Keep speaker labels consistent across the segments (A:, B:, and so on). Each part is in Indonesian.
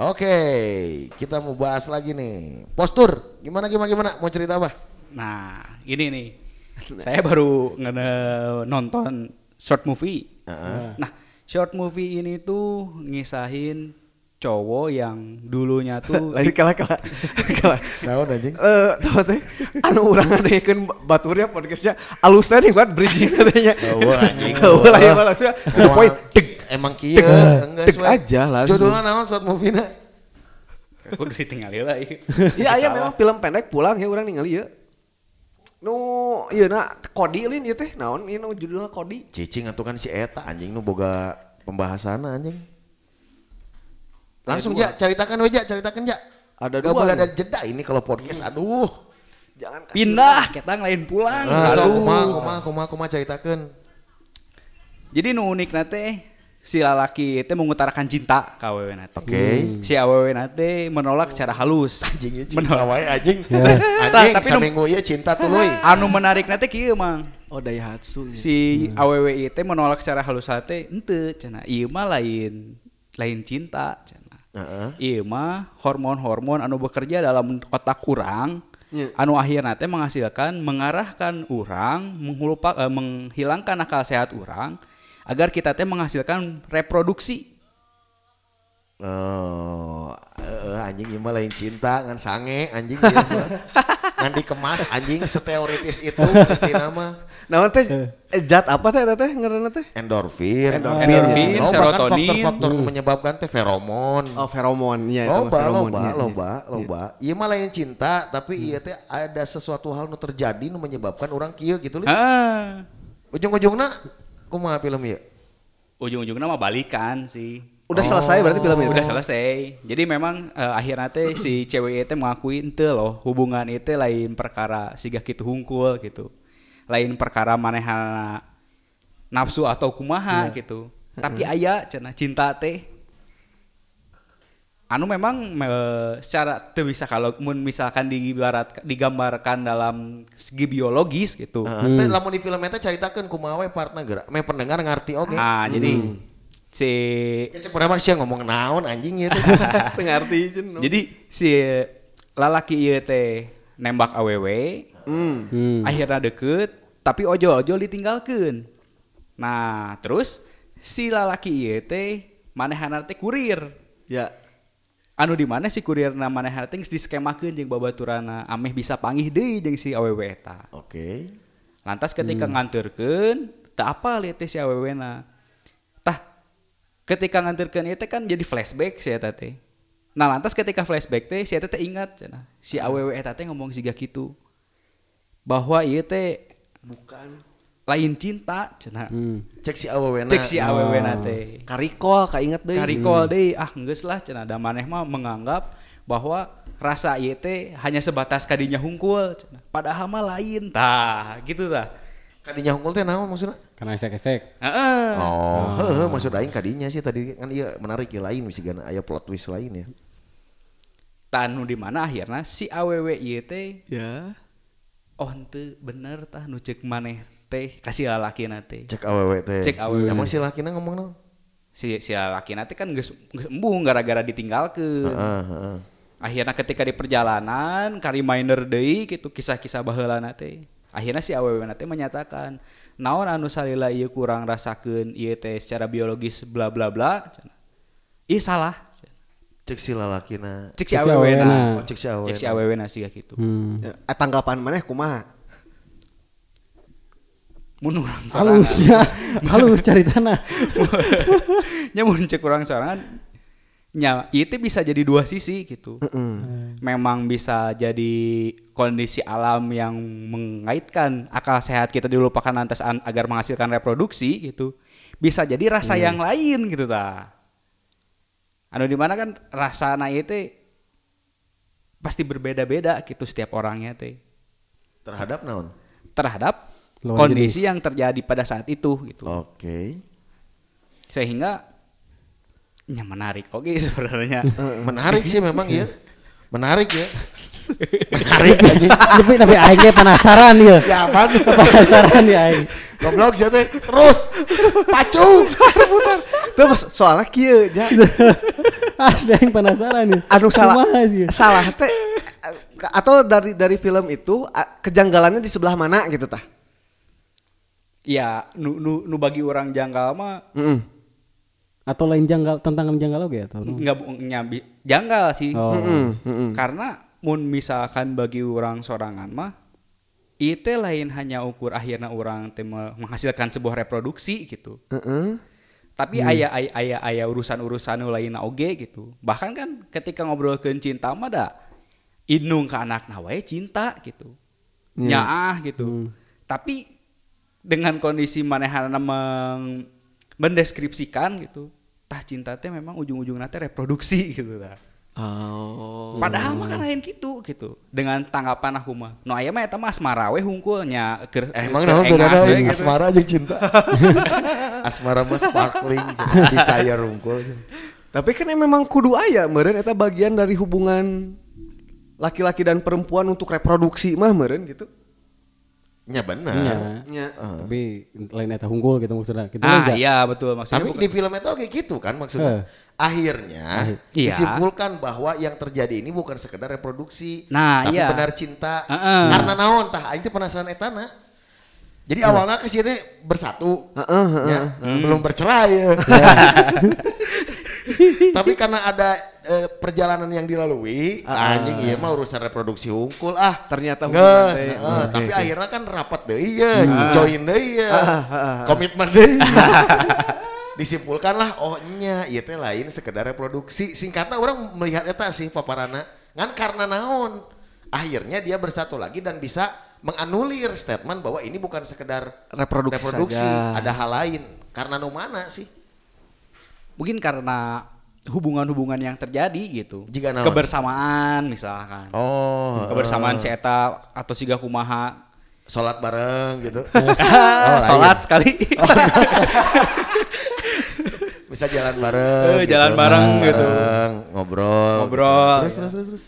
A: Oke, kita mau bahas lagi nih. Postur, gimana gimana gimana? Mau cerita apa?
B: Nah, ini nih. saya baru nge- nonton short movie. Nah, short movie ini tuh ngisahin cowok yang dulunya tuh
C: Lagi kalah kalah kalah.
A: Naon anjing?
C: Eh, tau teh, anu urang ngadekeun baturnya podcastnya alusnya nih kan bridging katanya.
A: Eueuh, anjing.
C: Eueuh, lah ya maksudnya. To the point. Deg.
A: Emang kieu,
C: deg aja langsung.
A: Judulnya naon short movie-na?
B: aku udah ditinggalin lagi.
C: Iya, iya memang film pendek pulang ya urang ningali ya. Nu, iya na Kodi lin ieu teh naon ieu nu judulnya Kodi.
A: Cicing atuh kan si eta anjing nu boga pembahasan anjing. Langsung ja, ceritakan we ja, ceritakan ja.
C: Ada
A: Gak
C: dua
A: boleh
C: nih.
A: ada jeda ini kalau podcast. Aduh.
C: Jangan kasih-
B: Pindah, kita lain pulang.
A: Ah, so,
B: Aduh.
A: kumaha kumaha kumaha kumaha ceritakan.
B: Jadi nu unik nate si lalaki teh mengutarakan cinta ka awewe nate.
A: Oke.
B: Si awewe nate menolak secara halus.
A: Anjing cinta
B: Menolak.
A: wae anjing.
B: Tah,
A: Anjing
B: tapi nu-
A: saminggu ieu cinta tuluy.
B: Anu menarik nate kieu mang.
C: Oh Daihatsu.
B: Si awewe teh menolak secara halus teh henteu cenah. Ieu mah lain lain cinta cenah.
A: Heeh.
B: Ieu mah hormon-hormon anu bekerja dalam otak urang
C: Iya.
B: anu akhirnya teh menghasilkan mengarahkan urang menghulupa- eh, menghilangkan akal sehat urang agar kita teh menghasilkan reproduksi
A: Oh, eh, anjing ieu mah lain cinta ngan sange anjing ieu mah. ngan dikemas anjing seteoritis itu gitu, iya nanti nama
C: Naon teh eh, zat apa teh eta teh ngaranna teh?
A: endorfin,
C: Endorfin,
B: Endorfin, iya,
A: Loba kan
B: serotonin. Uh.
A: faktor-faktor menyebabkan teh feromon.
C: Oh feromon ya
A: loba, loba,
B: iya,
A: loba, loba. Ieu mah lain cinta, tapi
B: Hmm.
A: ieu teh ada sesuatu hal nu terjadi nu menyebabkan orang kieu gitu lih.
B: Ah,
A: Ujung-ujungna kumaha film ieu?
B: ujung-ujungnya mah balikan sih.
C: Udah selesai berarti film itu.
B: Udah selesai. Jadi memang eh, akhirnya teh si cewek itu mengakui ente loh hubungan itu lain perkara siga kitu hungkul gitu. Lain perkara manehana nafsu atau
C: Iya.
B: kumaha gitu. Tapi aya cenah cinta teh anu memang eh, secara teu bisa kalau mun misalkan diibarat digambarkan dalam segi biologis gitu.
C: Ah.
A: Heeh, teh lamun di film eta caritakeun kumaha we partna geura. Meh pendengar ngarti oge.
B: Ah, jadi
C: Mm.
B: si
A: Kece pernah sih ngomong naon anjing ieu teh.
C: Teu ngarti jeung. no.
B: Jadi si lalaki ieu teh nembak awewe,
C: Hmm.
B: akhirnya deket, tapi ojol-ojol ditinggalkan. Nah, terus si lalaki ieu teh manehana teh kurir.
C: Ya.
B: Anu di mana si kurir na manehana teh geus diskemakeun jeung babaturana ameh bisa pangih deui jeung si awewe eta.
A: Oke.
B: Lantas ketika nganterkan, tak apa lihat si awewe na. Tah, ketika nganterkan itu kan jadi flashback si eta teh. Nah lantas ketika flashback teh si eta teh ingat cenah. si awewe eta teh ngomong siga kitu. Bahwa ieu teh
C: Bukan.
B: lain cinta cenah.
A: Cek si awewena.
B: Cek si awewe na teh.
C: Karikol kainget deui.
B: Karikol deui ah geus lah cenah da maneh mah menganggap bahwa rasa ieu teh hanya sebatas kadinya hungkul cenah. Padahal mah lain tah gitu tah.
A: Kadinya hongkol teh naon maksudnya?
D: Karena esek-esek.
B: Heeh.
A: Oh, heuh maksud aing kadinya sih tadi kan iya menarik ya lain misalkan aya plot twist lain ya.
B: tanu di mana akhirnya si aww ieu teh
C: Ya.
B: oh henteu bener tah nu ceuk maneh teh kasih lalaki teh
A: Cek awewe teh.
B: Cek awewe.
A: Emang si lakina ngomong naon?
B: si si lalaki teh kan geus geus embung gara-gara ditinggalkeun
A: Heeh, heeh.
B: akhirnya ketika di perjalanan kari minor deui gitu kisah-kisah baheulana teh akhirnya si aww teh menyatakan naon anu salila ieu kurang rasakeun ieu teh secara biologis bla bla bla cenah. Ih salah
A: Cek si lalakina.
B: cek si
D: si
B: aww
D: awewena.
A: Oh, cek si awewena.
B: cek si aww sih gitu
D: Hmm.
C: Ya, eh, Tanggapan maneh kumaha?
B: mun urang sorangan.
D: Halusnya, halus cari tanah.
B: nya mun cek kurang sorangan nya itu bisa jadi dua sisi gitu memang bisa jadi kondisi alam yang mengaitkan akal sehat kita dilupakan lantas an- agar menghasilkan reproduksi gitu bisa jadi rasa
D: Iya.
B: yang lain gitu ta anu dimana kan rasa na itu pasti berbeda-beda gitu setiap orangnya teh
A: Terhadap naon?
B: terhadap
D: Lawan Oh.
B: kondisi yang terjadi pada saat itu gitu
A: Oke.
B: sehingga ya menarik oke sebenarnya
A: Menarik sih memang ya. Menarik ya. Menarik anjing.
D: tapi tapi aing ge penasaran ya
A: Ya apaan?
D: penasaran ya aing
A: Goblok sih teh. Terus pacu.
C: Terus soalnya kieu ja.
D: asli aing penasaran ya
C: anu salah
D: Kumaha sih ya?
C: salah teh eh, atau dari dari film itu a- kejanggalannya di sebelah mana gitu tah
B: ya nu nu, nu bagi orang janggal mah
D: atau lain janggal tantangan janggal oge atau no?
B: nggak bu- nyambi janggal sih
D: oh
B: karena mun misalkan bagi orang sorangan mah itu lain hanya ukur akhirnya orang teh me- menghasilkan sebuah reproduksi gitu
A: Hmm.
B: tapi ayah ayah ayah ayah urusan urusan lain oge gitu bahkan kan ketika ngobrolkeun cinta mah da inung ke anak wae cinta gitu
A: Hmm.
B: nyaah gitu tapi dengan kondisi manehana meng- mendeskripsikan gitu tah cinta teh memang ujung-ujungnya teh reproduksi gitu lah
C: oh
B: Padahal mah kan lain gitu gitu. Dengan tanggapan aku mah. No aya mah eta mah asmara we hungkulnya keur
A: Eh, Emang
B: keur
A: naon
B: engas
A: bedana
B: we
A: aing
B: gitu.
A: asmara aja cinta. asmara mah sparkling bisa ya rungkul.
C: tapi kan yang memang kudu aya meureun eta bagian dari hubungan laki-laki dan perempuan untuk reproduksi mah meureun gitu
A: Ya benar.
D: Iya.
C: nya
D: tapi lain eta hunggul gitu maksudnya gitu
B: Ah
D: kan, Ja?
B: iya betul maksudnya.
A: Tapi
B: bukan-
A: di film itu kayak gitu kan maksudnya.
D: Eh.
A: Akhirnya
B: Iya.
A: disimpulkan bahwa yang terjadi ini bukan sekedar reproduksi,
B: Nah,
A: tapi
B: iya.
A: benar cinta.
B: Heeh.
A: Karena naon tah aing teh penasaran etana. Jadi
B: Iya.
A: awalnya ke sini bersatu, ya,
C: Hmm.
A: belum bercerai. ya. Tapi karena ada eh, perjalanan yang dilalui, anjing iya mah urusan reproduksi hungkul ah.
C: Ternyata hubungan
A: Nges,
C: teh. Hmm,
A: eh, tapi akhirnya kan rapat deh iya, join deh iya, komitmen deh. Disimpulkanlah ohnya ieu teh lain sekedar reproduksi. Singkatnya orang melihat eta sih paparana ngan karena naon. Akhirnya dia bersatu lagi dan bisa menganulir statement bahwa ini bukan sekedar
C: Reproduksi saja.
A: ada hal lain. Karena nu mana sih?
B: mungkin karena hubungan-hubungan yang terjadi gitu.
A: Jika naon?
B: Kebersamaan misalkan.
A: Oh,
B: Kebersamaan si eta atau si kumaha.
A: salat bareng gitu.
B: Ah,
A: lain. Oh,
B: Salat sekali.
A: Bisa jalan bareng.
B: Eh, jalan bareng gitu.
A: bareng, ngobrol.
B: Ngobrol.
A: Terus terus terus terus.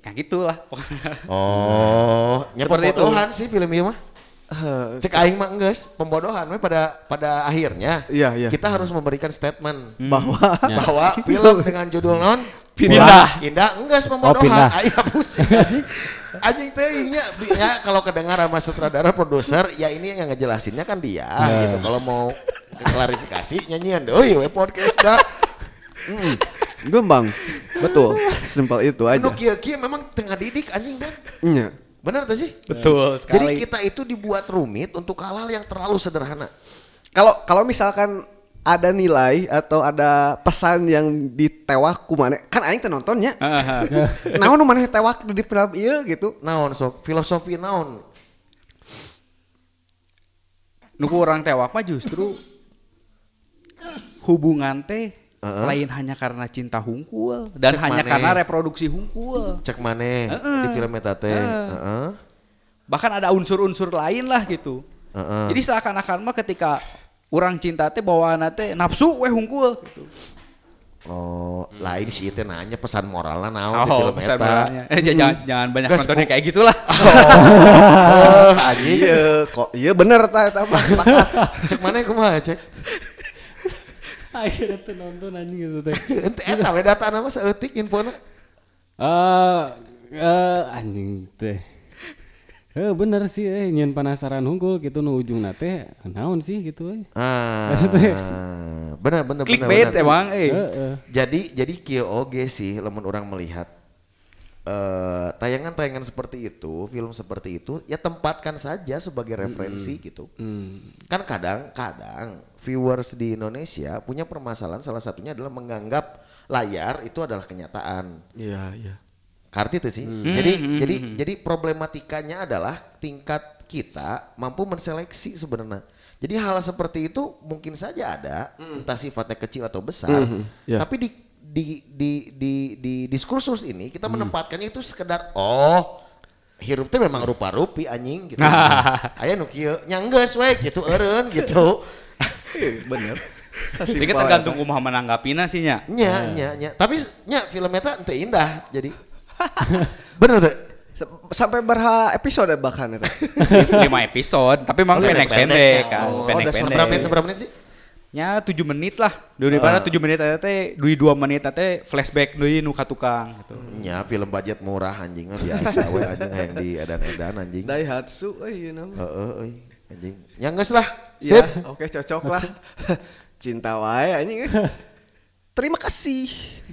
B: Ya gitulah pokoknya.
A: Oh, nya
B: Seperti itu.
A: pembodohan sih film ieu mah.
C: eh,
A: Cek aing mah enggeus, pembodohan we pada pada akhirnya.
C: Iya, iya.
A: Kita harus memberikan statement
C: Hmm. bahwa
A: bahwa film dengan judul non
B: Ya. Pindah.
A: Indah enggeus pembodohan.
D: Oh, pindah.
A: Aya pusing. anjing. Anjing teh ieu nya, bi- ya kalau kedengar sama sutradara produser ya ini yang ngejelasinnya kan dia
B: Ya.
A: gitu. Kalau mau klarifikasi nyanyian deui we podcast da.
C: gembang betul simpel itu aja
A: Anu kieu-kieu memang tengah didik anjing Bang.
C: nya
A: Benar tuh sih?
B: Betul
A: Jadi
B: sekali.
A: kita itu dibuat rumit untuk hal-hal yang terlalu sederhana.
C: kalau kalau misalkan ada nilai atau ada pesan yang ditewak kumane kan aing teh nontonnya
B: Ah, ah.
C: naon nu maneh tewak di film ieu gitu
A: Naon sok, filosofi naon.
B: Nu orang tewak mah justru hubungan teh lain hanya karena cinta hungkul dan
A: Cek
B: hanya
A: maneh.
B: karena reproduksi hungkul.
A: Cek maneh di film eta teh. Heeh.
B: Bahkan ada unsur-unsur lain lah gitu.
A: Heeh.
B: Jadi seakan-akan mah ketika orang cinta teh bawaanna teh nafsu weh hungkul gitu.
A: Oh, lain sih itu nanya pesan moralnya naon di
B: Oh,
A: film eta.
B: besar bangetnya. Eh, jangan, jangan jangan banyak
A: Gas, Ah,
B: nontonnya kayak gitulah.
A: Oh, anjing.
C: iya kok iya bener ta eta mah sepakat.
A: Cek maneh kumaha cek?
D: akhirnya tuh nonton anjing gitu teh
A: Ente eta we data nama saeutik infona.
D: eh eh, anjing teh Eh bener sih eh nyen penasaran hunggul gitu nu ujungna teh naon sih gitu eh.
A: Ah. Benar benar benar.
B: Clickbait
A: benar.
B: emang eh.
D: Heeh.
A: Jadi jadi kieu oge sih lamun orang melihat eh, tayangan-tayangan seperti itu, film seperti itu ya tempatkan saja sebagai referensi gitu. Kan kadang-kadang viewers di Indonesia punya permasalahan salah satunya adalah menganggap layar itu adalah kenyataan.
C: iya iya
A: Karti itu sih. Jadi jadi jadi problematikanya adalah tingkat kita mampu menseleksi sebenarnya. Jadi hal seperti itu mungkin saja ada, entah sifatnya kecil atau besar.
C: Ya.
A: Tapi di di di di di diskursus ini kita menempatkannya itu sekedar oh hirup teh memang rupa-rupi anjing
B: Iya,
A: gitu. Aya nu kieu nya enggeus we gitu eureun gitu.
C: bener
B: Jadi kita kan tergantung kumaha menanggapinya sih nya.
A: Nya, nya, nya. Tapi nya film eta ente indah jadi. Bener tuh.
C: Sa- Sampai berapa episode bahkan itu?
B: 5 episode, tapi emang
A: Oh,
B: pendek-pendek kan,
A: Oh,
B: pendek-pendek.
A: Seberapa menit, seberapa menit sih?
B: Nya 7 menit lah. Daripada 7 menit eta teh deui 2 menit eta teh flashback deui nu ka tukang gitu.
A: Ya film budget murah anjing mah biasa we anjing yang di edan-edan anjing.
C: Daihatsu euy nama.
A: Heeh euy anjing. Ya geus lah. Sip.
C: Ya, oke cocok lah. Cinta wae anjing. Terima kasih.